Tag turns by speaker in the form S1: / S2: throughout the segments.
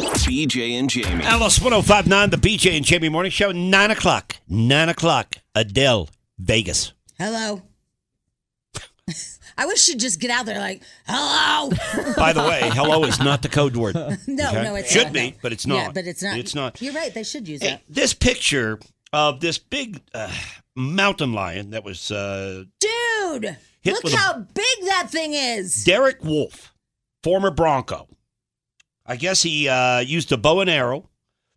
S1: BJ and Jamie.
S2: Alice 1059, the BJ and Jamie Morning Show, 9 o'clock. 9 o'clock, Adele, Vegas.
S3: Hello. I wish she'd just get out there like, hello.
S2: By the way, hello is not the code word.
S3: no,
S2: Okay.
S3: Oh, no, it's
S2: Should
S3: not.
S2: be, but it's
S3: Yeah,
S2: not.
S3: but it's not.
S2: It's not.
S3: You're right. They should use
S2: Hey,
S3: that.
S2: this picture of this big uh, mountain lion that was uh,
S3: Dude,
S2: Hit
S3: look
S2: with a-
S3: how big that thing is.
S2: Derek Wolf, former Bronco. I guess he uh, used a bow and arrow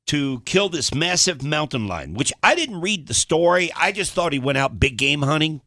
S2: to kill this massive mountain lion, which I didn't read the story. I just thought he went out big game hunting.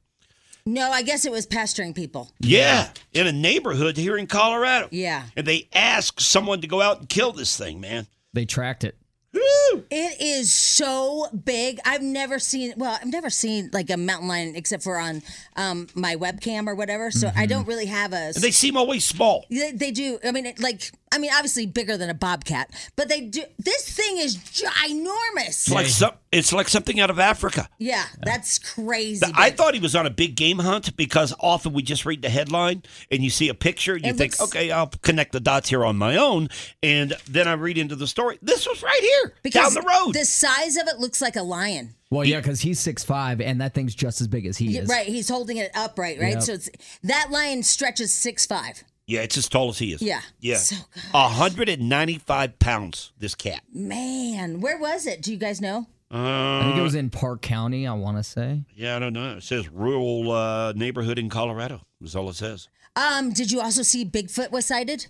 S3: No, I guess it was pasturing people.
S2: Yeah, in a neighborhood here in Colorado.
S3: Yeah.
S2: And they asked someone to go out and kill this thing, man.
S4: They tracked it.
S2: Woo!
S3: It is so big. I've never seen. Well, I've never seen like a mountain lion except for on um, my webcam or whatever. So I don't really have a.
S2: Mm-hmm. And they seem always small.
S3: They, they do. I mean, it, like I mean, obviously bigger than a bobcat, but they do. This thing is ginormous.
S2: It's like some, it's like something out of Africa.
S3: yeah, that's crazy.
S2: I
S3: big.
S2: thought he was on a big game hunt because often we just read the headline and you see a picture and you
S3: It
S2: think,
S3: looks-
S2: okay, I'll connect the dots here on my own. And then I read into the story. This was right here
S3: because
S2: down the road.
S3: the size of it looks like a lion.
S4: Well, yeah, because he's six five, and that thing's just as big as he is.
S3: Right, he's holding it upright, right? So it's that lion stretches six five.
S2: yeah, it's as tall as he is.
S3: Yeah.
S2: Yeah.
S3: So gosh.
S2: 195 pounds, this cat.
S3: Man, where was it? Do you guys know? Uh,
S4: I think it was in Park County. I want to say.
S2: Yeah, I don't know. It says rural uh, neighborhood in Colorado, is all it says.
S3: Um, did you also see Bigfoot was sighted?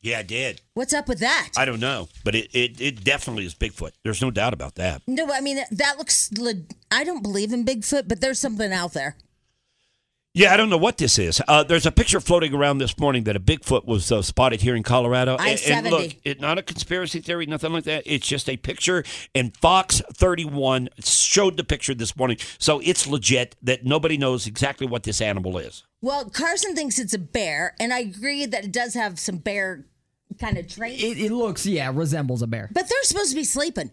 S2: Yeah, I did.
S3: What's up with that?
S2: I don't know, but it, it, it definitely is Bigfoot. There's no doubt about that.
S3: no, I mean that looks. Le- I don't believe in Bigfoot, but there's something out there.
S2: Yeah, I don't know what this is. Uh, there's a picture floating around this morning that a Bigfoot was uh, spotted here in Colorado.
S3: I
S2: And- and, look,
S3: 70.
S2: it's not a conspiracy theory, nothing like that. It's just a picture. And Fox 31 showed the picture this morning, so it's legit that nobody knows exactly what this animal is.
S3: Well, Carson thinks it's a bear, and I agree that it does have some bear kind of traits.
S4: It, it looks, yeah, resembles a bear.
S3: But they're supposed to be sleeping.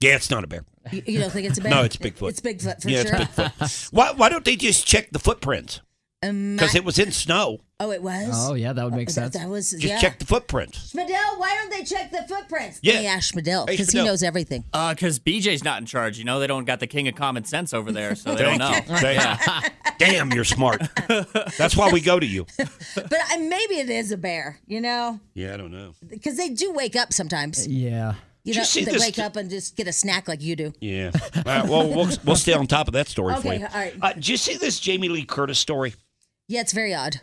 S2: Yeah, it's not a bear.
S3: You, you don't think it's a bear?
S2: No, it's Bigfoot.
S3: It's Bigfoot for
S2: yeah,
S3: sure.
S2: it's Bigfoot. why, why don't they just check the footprints? Because it was in snow.
S3: Oh, it was.
S4: Oh yeah, that would make
S3: that,
S4: sense.
S3: that was
S2: Just
S3: yeah.
S2: check the footprints.
S3: Schmidl, why don't they check the footprints?
S2: Yeah.
S3: Let me ask Schmidl
S2: Hey,
S3: because he
S2: Schmidl.
S3: knows everything.
S5: Uh, cause BJ's not in charge. You know, they don't got the king of common sense over there, so they don't
S2: Thank
S5: know.
S2: you. Thank you. Damn, you're smart. That's why we go to you.
S3: But I, maybe it is a bear, you know,
S2: Yeah, I don't know.
S3: because they do wake up sometimes.
S4: yeah.
S3: You
S2: Did
S3: know,
S2: you see
S3: they
S2: this-
S3: wake up and just get a snack like you do.
S2: Yeah. All right, well, we'll we'll stay on top of that story for
S3: Okay,
S2: you.
S3: all right.
S2: Uh, did you see this Jamie Lee Curtis story?
S3: Yeah, it's very odd.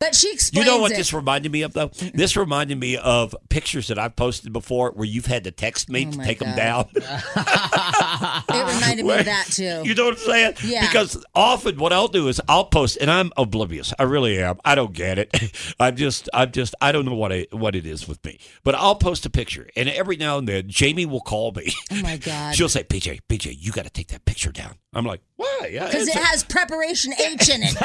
S3: But she
S2: You
S3: explains
S2: know what
S3: it.
S2: this reminded me of though? This reminded me of pictures that I've posted before where you've had to text me
S3: Oh,
S2: to
S3: my
S2: take them
S3: God.
S2: down.
S3: it reminded me of that too.
S2: you know what I'm saying?
S3: Yeah.
S2: Because often what I'll do is I'll post and I'm oblivious. I really am. I don't get it. I'm just I'm just I don't know what I what it is with me. But I'll post a picture and every now and then Jamie will call me.
S3: oh my god.
S2: She'll say, PJ, PJ, you gotta take that picture down. I'm like, why? I-
S3: Because
S2: it's
S3: it
S2: a-
S3: has preparation H in it.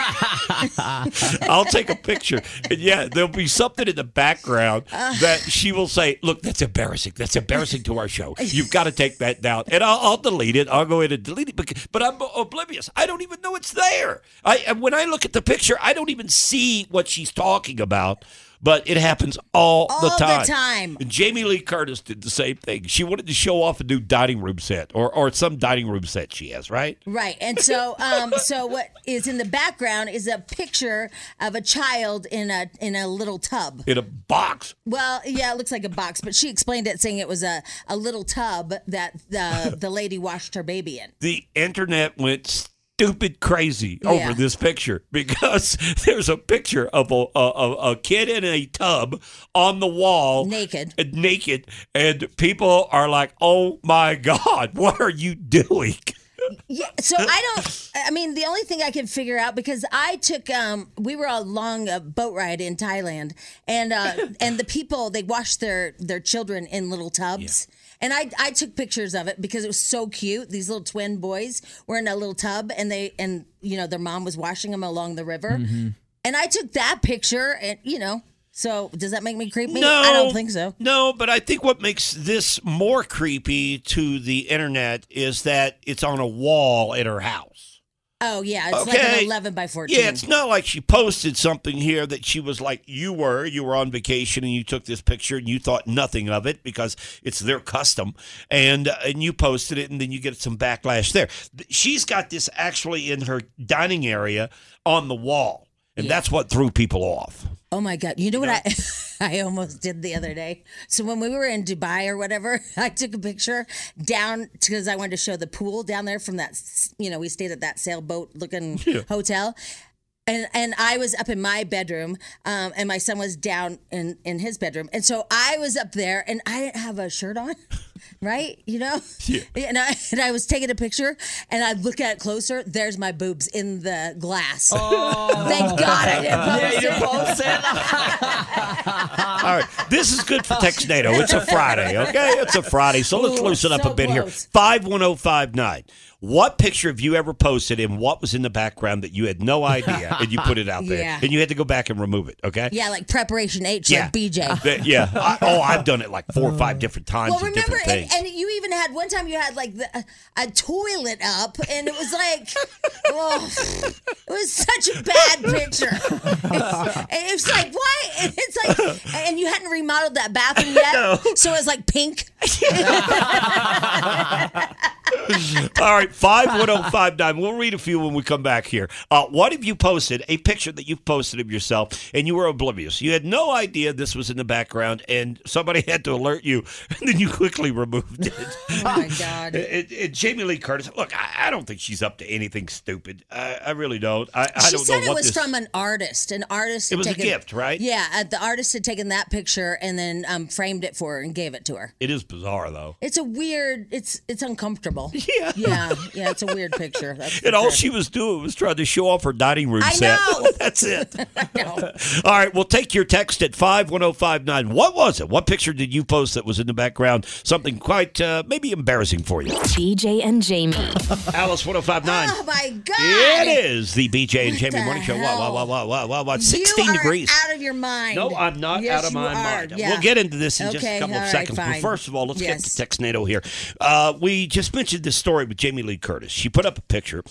S2: I'll take a picture. And yeah, there'll be something in the background that she will say, Look, that's embarrassing. That's embarrassing to our show. You've got to take that down. And I'll, I'll delete it. I'll go in and delete it. But, but I'm oblivious. I don't even know it's there. I and When I look at the picture, I don't even see what she's talking about. But it happens all,
S3: All
S2: the
S3: the
S2: time.
S3: time.
S2: And Jamie Lee Curtis did the same thing. She wanted to show off a new dining room set or, or some dining room set she has, right?
S3: Right. And so um so what is in the background is a picture of a child in a in a little tub.
S2: In a box.
S3: Well, yeah, it looks like a box, but she explained it saying it was a, a little tub that the the lady washed her baby in.
S2: the internet went stupid crazy
S3: Yeah.
S2: over this picture because there's a picture of a, a, a- a kid in a tub on the wall
S3: Naked.
S2: and naked and people are like oh my god what are you doing
S3: Yeah, so
S2: Uh.
S3: I don't. I mean, the only thing I can figure out because I took um, we were on a long uh, boat ride in Thailand, and uh, and the people they wash their their children in little tubs, and I I took pictures of it because it was so cute. These little twin boys were in a little tub, and they and you know their mom was washing them along the river,
S2: Mm-hmm.
S3: and I took that picture, and you know. So does that make me creepy? I don't think so.
S2: No, but I think what makes this more creepy to the internet is that it's on a wall at her house.
S3: Oh yeah, it's like
S2: Okay.
S3: an eleven by fourteen.
S2: Yeah, it's not like she posted something here that she was like, you were, you were on vacation and you took this picture and you thought nothing of it because it's their custom and uh, and you posted it and then you get some backlash there. Th- She's got this actually in her dining area on the wall. And that's what threw people off.
S3: Oh my god! You know what I I almost did the other day. So when we were in Dubai or whatever, I took a picture down because I wanted to show the pool down there from that. s- You know, we stayed at that sailboat looking hotel. And, and I was up in my bedroom, um, and my son was down in, in his bedroom, and so I was up there, and I didn't have a shirt on, right? You know, yeah. and I and I was taking a picture, and I look at it closer. There's my boobs in the glass. Thank God I didn't post it.
S2: All right. This is good for Texnado. It's a Friday, okay? It's a Friday. So let's
S3: Ooh,
S2: loosen up
S3: so
S2: a bit
S3: close.
S2: here. 51059. What picture have you ever posted and what was in the background that you had no idea and you put it out there
S3: Yeah.
S2: and you had to go back and remove it, okay?
S3: Yeah, like preparation H,
S2: Yeah.
S3: like BJ.
S2: That- yeah. I, oh, I've done it like four or five different times
S3: Well,
S2: and
S3: remember,
S2: different
S3: and,
S2: things.
S3: and you even had one time you had like the, a toilet up, and it was like, oh, it was such a bad picture. It's, it's like why? It's like, and you hadn't remodeled that bathroom yet, so it was like pink.
S2: Oh, All right, 51059. We'll read a few when we come back here. Uh, what have you posted? A picture that you've posted of yourself and you were oblivious. You had no idea this was in the background and somebody had to alert you and then you quickly removed it.
S3: Oh my god!
S2: It, it, Jamie Lee Curtis, look, I, I don't think she's up to anything stupid. I, I really don't. I, I
S3: she
S2: don't
S3: said
S2: know
S3: it
S2: what
S3: was
S2: this,
S3: from an artist. An artist.
S2: It
S3: had
S2: was a
S3: taken-
S2: gift, right?
S3: Yeah, uh, the artist had taken that picture and then um, framed it for her and gave it to her.
S2: It is bizarre, though.
S3: It's a weird. It's it's uncomfortable. Yeah, yeah, yeah. It's a weird picture. That's for
S2: And all
S3: sure.
S2: she was doing was trying to show off her dining room
S3: I
S2: set.
S3: know.
S2: That's it.
S3: No.
S2: All right, we'll take your text at 51059. What was it? What picture did you post that was in the background? Something quite uh, maybe embarrassing for you.
S1: BJ and Jamie.
S2: Alice 1059.
S3: Oh my god!
S2: It is the BJ and
S3: What
S2: Jamie
S3: the
S2: Morning Show. Wow,
S3: hell?
S2: wow, wow, wow, wow, wow, wow.
S3: You
S2: 16
S3: are
S2: degrees.
S3: Out of your mind.
S2: No, I'm not
S3: Yes,
S2: out of
S3: you
S2: my
S3: are.
S2: mind.
S3: Yeah.
S2: We'll get into this in just
S3: Okay,
S2: a couple
S3: all
S2: of
S3: right,
S2: seconds.
S3: fine.
S2: But first of all, let's
S3: Yes.
S2: get to Texnado here. Uh, we just mentioned this story with Jamie Lee Curtis. She put up a picture.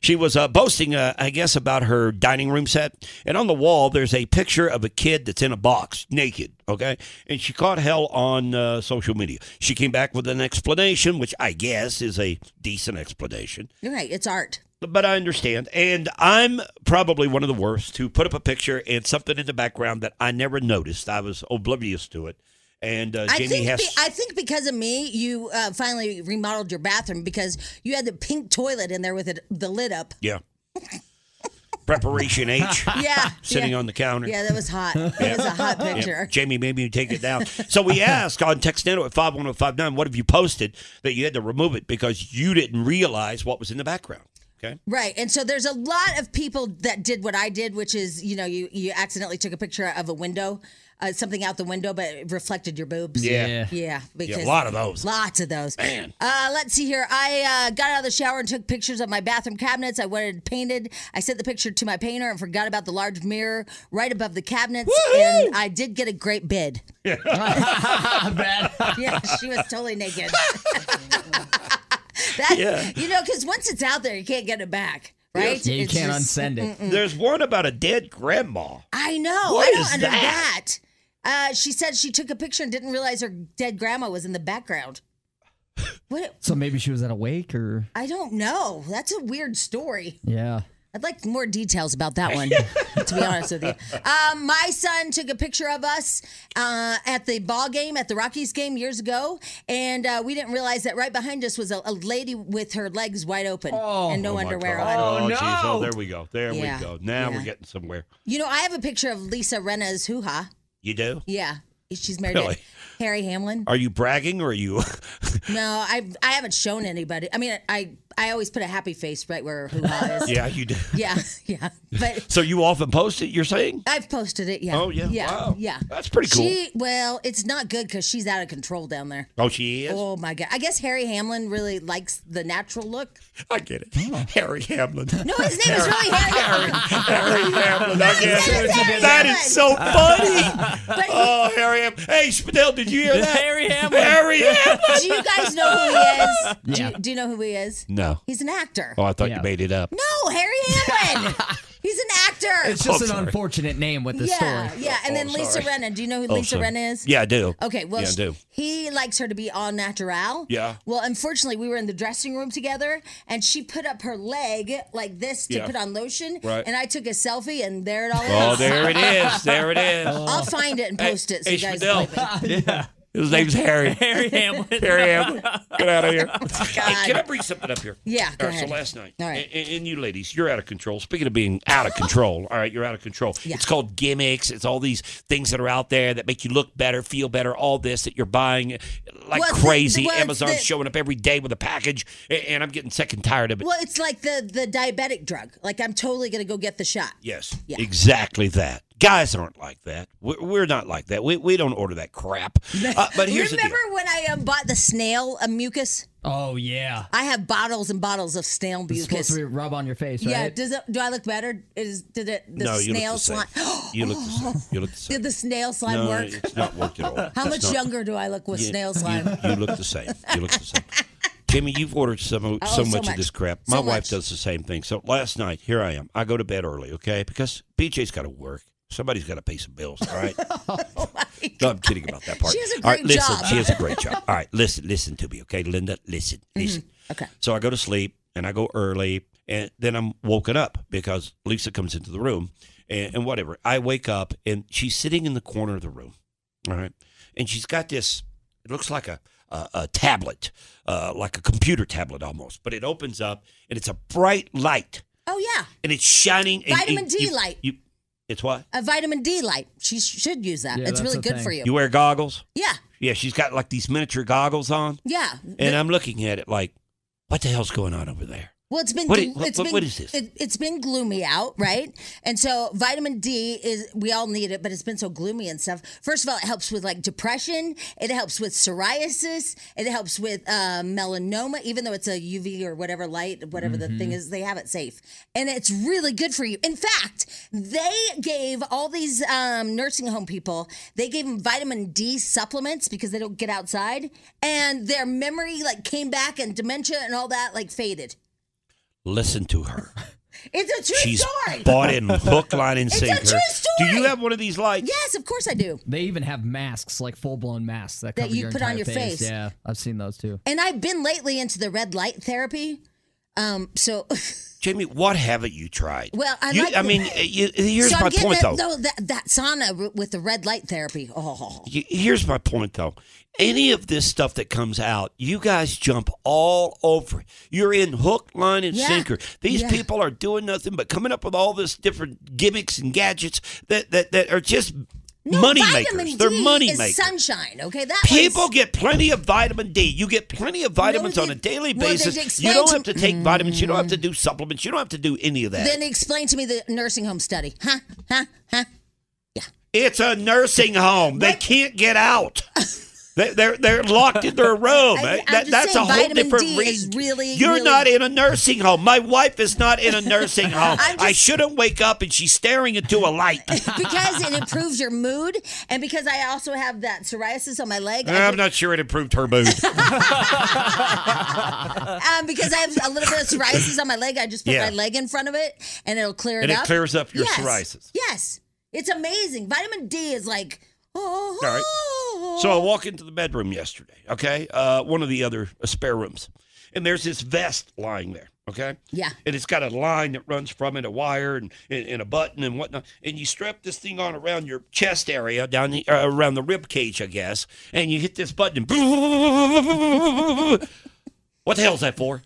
S2: She was uh, boasting, uh, I guess, about her dining room set. And on the wall, there's a picture of a kid that's in a box, naked, okay? And she caught hell on uh, social media. She came back with an explanation, which I guess is a decent explanation
S3: You're right. It's art.
S2: but I understand. And I'm probably one of the worst who put up a picture and something in the background that I never noticed. I was oblivious to it. And uh,
S3: I
S2: Jamie
S3: think
S2: has.
S3: be- I think because of me, you uh, finally remodeled your bathroom because you had the pink toilet in there with it, the lid up.
S2: yeah. Preparation H
S3: Yeah,
S2: sitting
S3: yeah.
S2: on the counter.
S3: Yeah, that was hot. That was a hot picture.
S2: Jamie, maybe you take it down. so we ask on Textano at 51059, what have you posted that you had to remove it because you didn't realize what was in the background? Okay.
S3: Right. And so there's a lot of people that did what I did, which is, you know, you, you accidentally took a picture of a window, uh, something out the window, but it reflected your boobs.
S2: Yeah.
S3: Yeah. Because
S2: lot of those.
S3: Lots of those. Man. Uh, let's see here. I uh, got out of the shower and took pictures of my bathroom cabinets. I wanted painted. I sent the picture to my painter and forgot about the large mirror right above the cabinets. And I did get a great bid. Yeah, she was totally naked. that,
S2: Yeah.
S3: You know, because once it's out there, you can't get it back, right?
S4: Yeah, you
S3: It's
S4: can't
S3: just-
S4: unsend it.
S2: There's one about a dead grandma.
S3: I know.
S2: What
S3: I don't
S2: is
S3: under
S2: that?
S3: that. Uh, she said she took a picture and didn't realize her dead grandma was in the background. What?
S4: So maybe she was at a wake or
S3: I don't know. That's a weird story.
S4: yeah.
S3: I'd like more details about that one, to be honest with you. Um, my son took a picture of us uh, at the ball game, at the Rockies game years ago, and uh, we didn't realize that right behind us was a, a lady with her legs wide open and no underwear on.
S2: Oh, no. Oh, there we go. There
S3: Yeah.
S2: we go. Now
S3: Yeah.
S2: we're getting somewhere.
S3: You know, I have a picture of Lisa Renna's hoo ha.
S2: You do?
S3: Yeah. She's married
S2: Really?
S3: to Harry Hamlin.
S2: Are you bragging or are you?
S3: No, I I haven't shown anybody. I mean, I I always put a happy face right where hoo ha is.
S2: yeah, you do.
S3: yeah, yeah. But
S2: So you often post it. You're saying?
S3: I've posted it. Yeah.
S2: Oh, yeah.
S3: Yeah.
S2: Wow.
S3: Yeah.
S2: That's pretty cool.
S3: She well, it's not good because she's out of control down there.
S2: Oh, she is.
S3: Oh my god! I guess Harry Hamlin really likes the natural look.
S2: I get it. Harry Hamlin.
S3: No, his name is really Harry.
S2: Harry Hamlin. I get
S3: said
S2: it.
S3: it's Harry
S2: That
S3: Hamlin.
S2: is so funny.
S3: But he-
S2: Oh, Harry Hamlin. Hey, Spadell, did you hear that?
S5: Harry Hamlin.
S2: Harry Hamlin.
S3: do you guys know who he is? Do,
S4: Yeah.
S3: you, do you know who he is?
S2: No. No.
S3: He's an actor.
S2: Oh, I thought you
S4: Yeah.
S2: made it up.
S3: No, Harry Hamlin. He's an actor.
S4: It's just
S2: Oh,
S4: an
S2: sorry.
S4: unfortunate name with this
S3: yeah,
S4: story.
S3: yeah. And
S2: Oh,
S3: then
S2: I'm
S3: Lisa
S2: sorry.
S3: Renna. Do you know who
S2: Oh,
S3: Lisa
S2: sorry.
S3: Renna is?
S2: Yeah, I do.
S3: Okay, well,
S2: Yeah, I
S3: sh-
S2: do.
S3: he likes her to be all natural.
S2: Yeah.
S3: Well, unfortunately, we were in the dressing room together, and she put up her leg like this to
S2: Yeah.
S3: put on lotion.
S2: Right.
S3: And I took a selfie, and there it all is.
S2: Oh, there it is. There it is.
S3: I'll find it and post it so
S2: hey,
S3: you guys
S2: Schmidl.
S3: believe me.
S2: His name's Harry.
S5: Harry Hamlin.
S2: Harry Hamlin. Get out of here. Hey, can I bring something up here?
S3: Yeah, go
S2: All right,
S3: ahead.
S2: So last night,
S3: All right.
S2: and, and you ladies, you're out of control. Speaking of being out of control, all right, you're out of control. It's called gimmicks. It's all these things that are out there that make you look better, feel better, all this that you're buying like
S3: Well, it's the-
S2: crazy.
S3: well, it's
S2: Amazon's
S3: the-
S2: showing up every day with a package, a- and, I'm getting sick and tired of it.
S3: Well, it's like the the diabetic drug. Like I'm totally gonna go get the shot.
S2: Yes,
S3: Yeah.
S2: exactly that. Guys aren't like that. We're, we're not like that. We, we don't order that crap. Uh, but here's the deal.
S3: Remember when I um, bought the snail um, mucus?
S4: Oh yeah.
S3: I have bottles and bottles of snail
S4: It's supposed to
S3: mucus.
S4: be rub on your face,
S3: Yeah,
S4: right?
S3: does it, do I look better? Is did it the
S2: no, you look
S3: snail
S2: the same.
S3: slime?
S2: You look the same. You look the same.
S3: Did the snail slime
S2: no,
S3: work?
S2: it's not worked at all.
S3: How
S2: It's
S3: much
S2: not-
S3: younger do I look with
S2: you-
S3: snail
S2: you-
S3: slime?
S2: You look the same. You look the same. Kimmy, you've ordered so, mo- so
S3: Oh, so
S2: much
S3: much.
S2: of this crap.
S3: So
S2: My wife
S3: much.
S2: does the same thing. So last night, here I am. I go to bed early, okay? Because BJ's got to work. Somebody's got to pay some bills, all right? No, I'm kidding about that part.
S3: Oh, She has a
S2: All right,
S3: great
S2: listen,
S3: job.
S2: she has a great job. All right, listen, listen to me, okay, Linda? Listen,
S3: Mm-hmm.
S2: listen.
S3: Okay.
S2: So I go to sleep and I go early, and then I'm woken up because Lisa comes into the room and, and whatever. I wake up and she's sitting in the corner of the room, all right, and she's got this. It looks like a a, a tablet, uh, like a computer tablet almost, but it opens up and it's a bright light
S3: Oh yeah,
S2: and it's shining. and-
S3: Vitamin
S2: and
S3: D
S2: you-
S3: light.
S2: You, it's what?
S3: a vitamin D light. She sh- should use that.
S4: Yeah,
S3: it's
S4: that's
S3: really
S4: a
S3: good
S4: thing.
S3: for you.
S2: You wear goggles?
S3: yeah,
S2: Yeah, she's got like these miniature goggles on.
S3: yeah.
S2: And I'm looking at it like, what the hell's going on over there?
S3: Well, it's been
S2: What
S3: glo-
S2: i- what-
S3: it's
S2: what-
S3: been
S2: what is this?
S3: It, it's been gloomy out, right? And so vitamin D is we all need it, but it's been so gloomy and stuff. First of all, it helps with like depression. It helps with psoriasis. It helps with uh, melanoma, even though it's a UV or whatever light, whatever the
S2: Mm-hmm.
S3: thing is. They have it safe, and it's really good for you. In fact, they gave all these um, nursing home people they gave them vitamin D supplements because they don't get outside, and their memory like came back and dementia and all that like faded.
S2: Listen to her.
S3: It's a true
S2: She's
S3: story.
S2: bought in hook, line, and
S3: a
S2: sinker.
S3: true story.
S2: Do you have one of these lights?
S3: yes, of course I do.
S4: They even have masks, like full blown masks that, cover
S3: you
S4: your
S3: put on your
S4: entire
S3: face.
S4: Yeah, I've seen those too.
S3: And I've been lately into the red light therapy. Um, so,
S2: Jamie, what haven't you tried?
S3: Well, I
S2: you,
S3: like-
S2: I mean, you, here's
S3: so
S2: my
S3: I'm getting
S2: point,
S3: that,
S2: though.
S3: no, that, that sauna with the red light therapy. Oh,
S2: You- Here's my point, though. Any of this stuff that comes out, you guys jump all over. it. You're in hook, line, and
S3: Yeah.
S2: sinker. These
S3: Yeah.
S2: people are doing nothing but coming up with all this different gimmicks and gadgets that that, that are just money
S3: vitamin
S2: makers. They're
S3: D
S2: money
S3: is
S2: makers.
S3: sunshine. Okay, that
S2: People
S3: was-
S2: get plenty of vitamin D. You get plenty of vitamins
S3: they-
S2: on a daily
S3: well, they did
S2: basis.
S3: explain
S2: You don't
S3: to-
S2: have to take vitamins. You don't have to do supplements. You don't have to do any of that.
S3: Then explain to me the nursing home study. Huh? Huh? Huh?
S2: it's a nursing home. They can't get out. They- They're they're locked in their room.
S3: I-
S2: That-
S3: I'm just
S2: that's a
S3: saying
S2: whole
S3: vitamin
S2: different
S3: D is
S2: reason.
S3: really,
S2: You're
S3: really-
S2: not in a nursing home. My wife is not in a nursing home.
S3: I'm
S2: I
S3: just-
S2: shouldn't wake up and she's staring into a light.
S3: because it improves your mood, and because I also have that psoriasis on my leg. I
S2: I'm
S3: get-
S2: not sure it improved her mood.
S3: um, because I have a little bit of psoriasis on my leg. I just put
S2: Yeah.
S3: my leg in front of it, and it'll clear it
S2: And it
S3: up.
S2: clears up your
S3: yes.
S2: psoriasis.
S3: Yes, it's amazing. Vitamin D is like, oh,
S2: All right. So I walk into the bedroom yesterday, okay? Uh, one of the other uh, spare rooms. And there's this vest lying there, okay?
S3: Yeah.
S2: And it's got a line that runs from it, a wire and, and, and a button and whatnot. And you strap this thing on around your chest area, down the, uh, around the rib cage, I guess. And you hit this button and what the hell is that for?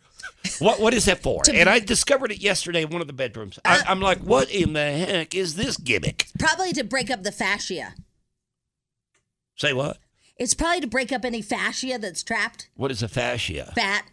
S2: What what is that for? and I discovered it yesterday in one of the bedrooms.
S3: Ah.
S2: I, I'm like, what in the heck is this gimmick?
S3: probably to break up the fascia.
S2: Say what?
S3: It's probably to break up any fascia that's trapped,
S2: What is a fascia?
S3: fat,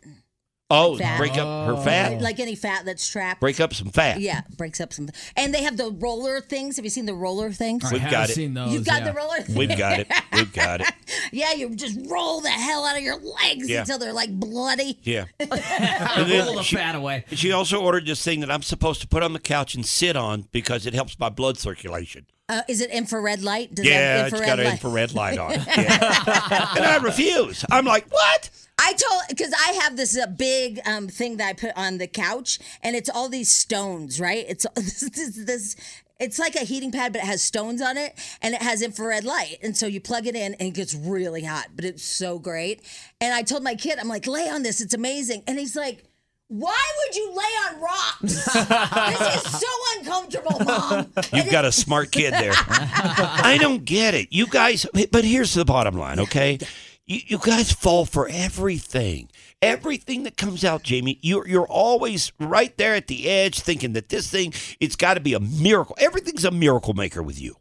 S2: Oh,
S3: Fat.
S2: break up her fat.
S3: like any fat that's trapped.
S2: Oh. break up some fat.
S3: yeah, breaks up some. And they have the roller things. Have you seen the roller things?
S2: We've
S4: I have
S2: got it.
S4: seen those.
S3: You've got
S4: yeah.
S3: the roller. Thing.
S2: We've got it. We've got it.
S3: Yeah, you just roll the hell out of your legs
S2: Yeah.
S3: until they're like bloody.
S2: Yeah. And then
S4: Roll the
S2: she,
S4: fat away.
S2: she also ordered this thing that I'm supposed to put on the couch and sit on because it helps my blood circulation.
S3: Uh, is it infrared light? Doz it have
S2: Yeah, it's got an infrared light on. it. Yeah. and I refuse. I'm like, what?
S3: I told because I have this uh, big um, thing that I put on the couch, and it's all these stones, right? It's this, this, this it's like a heating pad, but it has stones on it and it has infrared light. And so you plug it in and it gets really hot, but it's so great. And I told my kid, I'm like, lay on this, it's amazing. And he's like, why would you lay on rocks? this is so uncomfortable, mom.
S2: You've got a smart kid there. I don't get it. You guys, but here's the bottom line, okay? You, you guys fall for everything. Everything that comes out, Jamie, you're, you're always right there at the edge thinking that this thing, it's got to be a miracle. Everything's a miracle maker with you.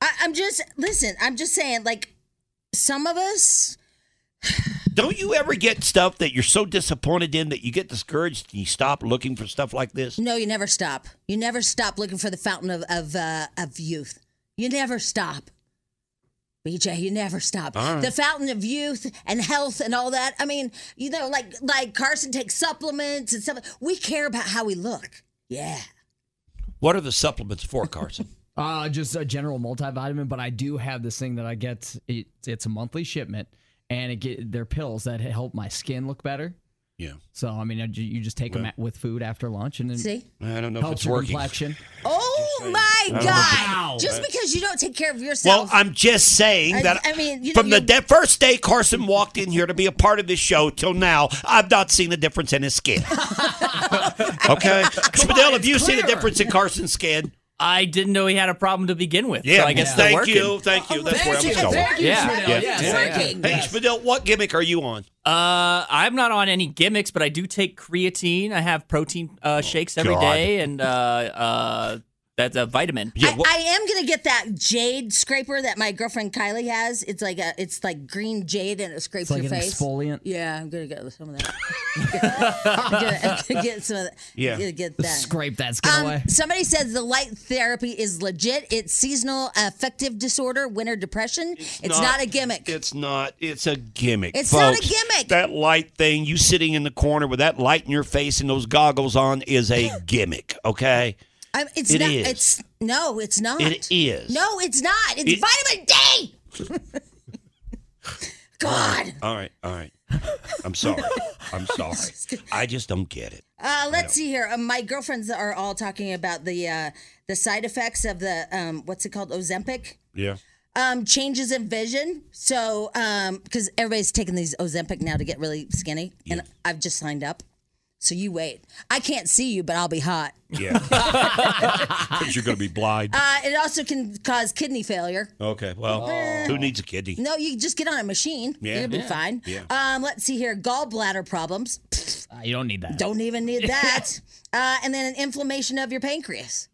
S3: I, I'm just listen. I'm just saying, like some of us.
S2: Don't you ever get stuff that you're so disappointed in that you get discouraged and you stop looking for stuff like this?
S3: No, you never stop. You never stop looking for the fountain of of, uh, of youth. You never stop. BJ, you never stop.
S2: All right.
S3: The fountain of youth and health and all that. I mean, you know, like like Carson takes supplements and stuff. We care about how we look. Yeah.
S2: What are the supplements for, Carson?
S4: Uh, just a general multivitamin, but I do have this thing that I get. It, it's a monthly shipment, and it get they're pills that help my skin look better.
S2: yeah.
S4: So I mean, you you just take them with food after lunch, and then
S3: See?
S2: I don't know if
S4: helps
S2: it's
S4: your
S2: working.
S4: complexion.
S3: Oh my God! Just because you don't take care of
S2: Well,
S3: yourself.
S2: I'm just saying
S3: I-
S2: that
S3: I mean, you know,
S2: from the
S3: you-
S2: de- first day Carson walked in here to be a part of this show till now, I've not seen a difference in his skin. okay, Spadell, have you seen a
S4: clearer.
S2: difference in Carson's skin?
S5: I didn't know he had a problem to begin with.
S2: Yeah,
S5: so I guess they're
S2: thank
S5: working.
S2: you, thank
S3: Oh,
S2: you. That's where I was
S4: Thank you,
S2: going.
S4: thank you,
S5: Yeah.
S4: Chanel.
S2: Yeah.
S4: Yes.
S3: It's working.
S2: Hey, Spadell, what gimmick are you on?
S5: Uh, I'm not on any gimmicks, but I do take creatine. I have protein uh, shakes every day,
S2: Oh, God.
S5: and uh, uh, that's a vitamin.
S2: Yeah,
S3: I,
S2: what-
S3: I am gonna get that jade scraper that my girlfriend Kylie has. It's like a, it's like green jade and it scrapes
S4: It's like
S3: your
S4: an
S3: face.
S4: exfoliant.
S3: Yeah, I'm gonna get some of that. I'm gonna, I'm gonna get some of that.
S2: Yeah.
S3: I'm gonna get that.
S4: Scrape that skin
S3: Um,
S4: away.
S3: somebody says the light therapy is legit. It's seasonal affective disorder, winter depression. It's, not, a gimmick.
S2: It's not. It's a gimmick.
S3: It's not a
S2: folks.
S3: gimmick.
S2: That light thing, you sitting in the corner with that light in your face and those goggles on, is a gimmick. Okay,
S3: I, it's
S2: it
S3: not.
S2: is.
S3: It's no. It's not.
S2: it is.
S3: No, it's not. It's
S2: It-
S3: vitamin D. God.
S2: All right. All right. I'm sorry. I'm sorry. I just don't get it.
S3: Uh, let's see here. Um, my girlfriends are all talking about the uh, the side effects of the um, what's it called Ozempic.
S2: Yeah.
S3: Um, changes in vision. So, because everybody's taking these Ozempic now to get really skinny, and I've just signed up. So you wait. I can't see you, but I'll be hot.
S2: Yeah. Because you're going to be blind.
S3: Uh, it also can cause kidney failure.
S2: okay. Well, who needs a kidney?
S3: No, you just get on a machine.
S2: Yeah.
S3: You'll be
S2: Yeah.
S3: fine.
S2: Yeah.
S3: Um, let's see here. Gallbladder problems.
S4: Uh, you don't need that.
S3: Don't even need that. uh, and then an inflammation of your pancreas.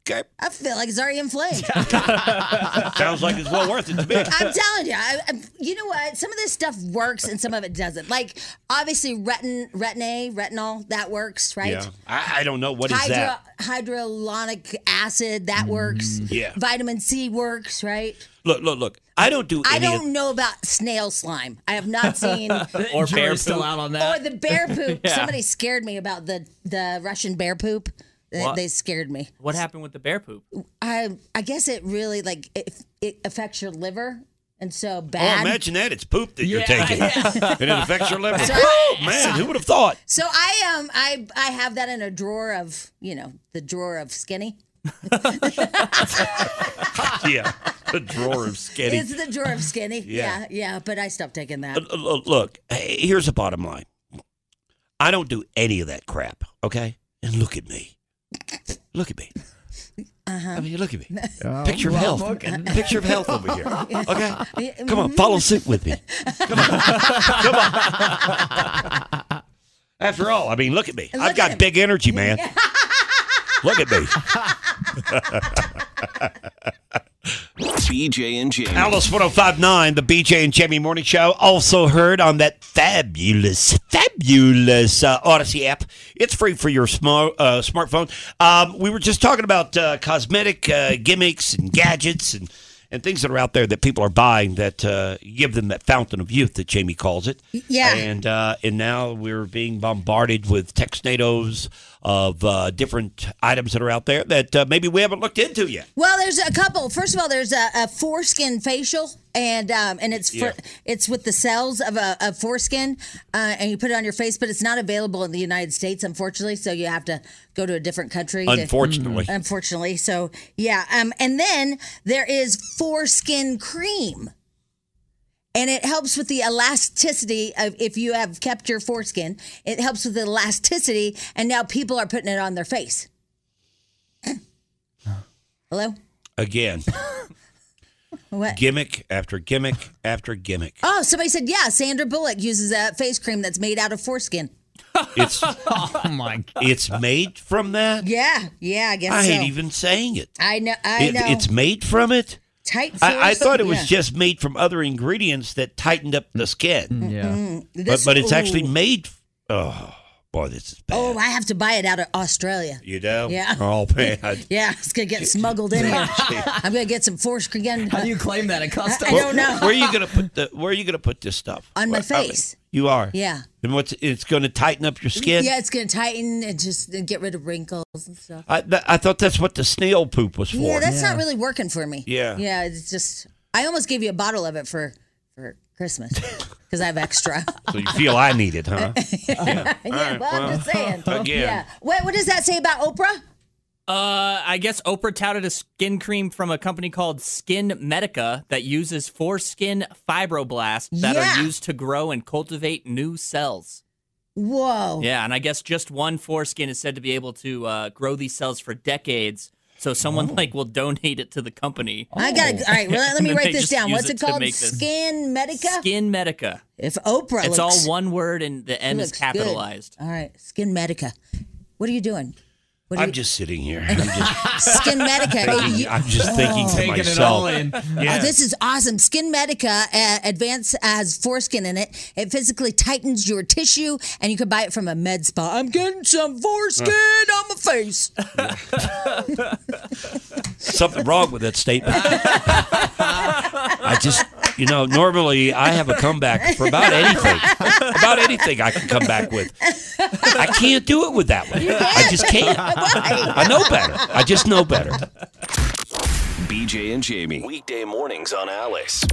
S2: Okay.
S3: I feel like it's already inflamed. Uh,
S2: Sounds like it's well worth it to me.
S3: I'm telling you, I, I, you know what? Some of this stuff works and some of it doesn't. Like obviously retin retin A, retinol that works, right?
S2: Yeah. I, I don't know. What is
S3: Hydro,
S2: that?
S3: hydrolonic acid
S2: Mm.
S3: that works.
S2: Yeah.
S3: Vitamin C works, right?
S2: Look, look, look. I don't do any
S3: I
S2: of
S3: don't know about snail slime. I have not seen or
S5: Or
S4: Jury's
S5: bear
S4: still
S5: poop.
S4: out on that.
S3: the bear poop. Somebody scared me about the the Russian bear poop. They-
S5: What?
S3: They scared me.
S5: What happened with the bear poop?
S3: I I guess it really like it, it affects your liver and so
S2: Oh,
S3: bad.
S2: imagine that. It's poop that you're
S4: Yeah.
S2: taking. and it affects your liver. Oh, man. Who would have thought?
S3: So I um I I have that in a drawer of you know the drawer of skinny.
S2: Yeah. The drawer of skinny.
S3: It's the drawer of skinny. yeah, yeah. But I stopped taking that.
S2: Uh, uh, Look, hey, here's the bottom line. I don't do any of that crap, okay? And look at me. Look at me.
S3: Uh-huh.
S2: I mean, look at me.
S3: Oh,
S2: Picture of health. Picture of health over here. Okay? Come on, follow suit with me. Come on. Come on. After all, I mean, look at me.
S3: Look
S2: I've
S3: at
S2: got
S3: him.
S2: big energy, man. look at me.
S1: BJ and Jamie.
S2: Alice 1059, the BJ and Jamie Morning Show, also heard on that fabulous, fabulous uh, Odyssey app. It's free for your sm- uh, smartphone. Um, we were just talking about uh, cosmetic uh, gimmicks and gadgets and, and things that are out there that people are buying that uh, give them that fountain of youth that Jamie calls it.
S3: Yeah.
S2: And, uh, and now we're being bombarded with text tornadoes of uh, different items that are out there that uh, maybe we haven't looked into yet.
S3: Well, there's a couple. First of all, there's a, a foreskin facial, and um, and it's for,
S2: Yeah.
S3: it's with the cells of a of foreskin, uh, and you put it on your face, but it's not available in the United States, unfortunately. So you have to go to a different country. to-
S2: Unfortunately,
S3: unfortunately. So yeah, um, and then there is foreskin cream, and it helps with the elasticity of if you have kept your foreskin, it helps with the elasticity, and now people are putting it on their face. Hello.
S2: again,
S3: What?
S2: gimmick after gimmick after gimmick.
S3: Oh, somebody said, yeah, Sandra Bullock uses a face cream that's made out of foreskin.
S2: It's
S4: Oh my
S3: Mm.
S4: god.
S2: it's made from that.
S3: Yeah, yeah, I guess
S2: I
S3: so.
S2: hate even saying it.
S3: I know, I
S2: It-
S3: know.
S2: It's made from it.
S3: tight.
S2: I, I thought it was
S3: yeah.
S2: just made from other ingredients that tightened up the skin,
S4: Yeah.
S2: but
S3: Mm. This-
S2: but it's actually
S3: ooh.
S2: made. Oh boy, this is bad.
S3: Oh, I have to buy it out of Australia.
S2: you know?
S3: Yeah.
S2: Oh man.
S3: Yeah, it's gonna get smuggled in here. I'm gonna get some foreskin
S4: How do you claim that at custom?
S3: I don't know.
S2: Where are you gonna put the? Where are you gonna put this stuff?
S3: on my
S2: Where- I mean,
S3: face.
S2: you are.
S3: Yeah.
S2: And what's it's going to tighten up your skin?
S3: Yeah, it's gonna tighten and just get rid of wrinkles and stuff.
S2: I, th- I thought that's what the snail poop was for.
S3: Yeah, that's not really working for me.
S2: Yeah.
S3: Yeah, it's just I almost gave you a bottle of it for for Christmas because I have extra.
S2: so you feel I need it, huh?
S3: yeah, well, I'm just saying.
S2: again.
S3: Yeah. What what does that say about Oprah?
S5: Uh, I guess Oprah touted a skin cream from a company called Skin Medica that uses foreskin fibroblasts that
S3: Yeah.
S5: are used to grow and cultivate new cells.
S3: Whoa.
S5: Yeah, and I guess just one foreskin is said to be able to uh, grow these cells for decades. So someone
S3: Oh.
S5: like will donate it to the company.
S3: I gotta. All right, well, let me
S5: Oh. They
S3: write this
S5: just
S3: down.
S5: use
S3: What's
S5: it
S3: it
S5: to
S3: called?
S5: make this.
S3: Skin Medica.
S5: Skin Medica.
S3: If Oprah,
S5: It's all
S3: looks,
S5: one word, and the N is
S3: looks good.
S5: capitalized.
S3: All right, Skin Medica. What are you doing? What are
S2: I'm just sitting here. I'm just,
S3: you, Skin Medica. You-
S2: I'm just thinking to
S4: Taking it
S2: myself.
S4: all in.
S3: Oh, this is awesome. Skin Medica uh, Advance has foreskin in it. It physically tightens your tissue, and you can buy it from a med spa. I'm getting some foreskin on my face.
S2: Something wrong with that statement. I just, you know, normally I have a comeback for about anything. About anything I can come back with. I can't do it with that one. I just can't. I know better. I just know better.
S1: BJ and Jamie. Weekday mornings on Alice.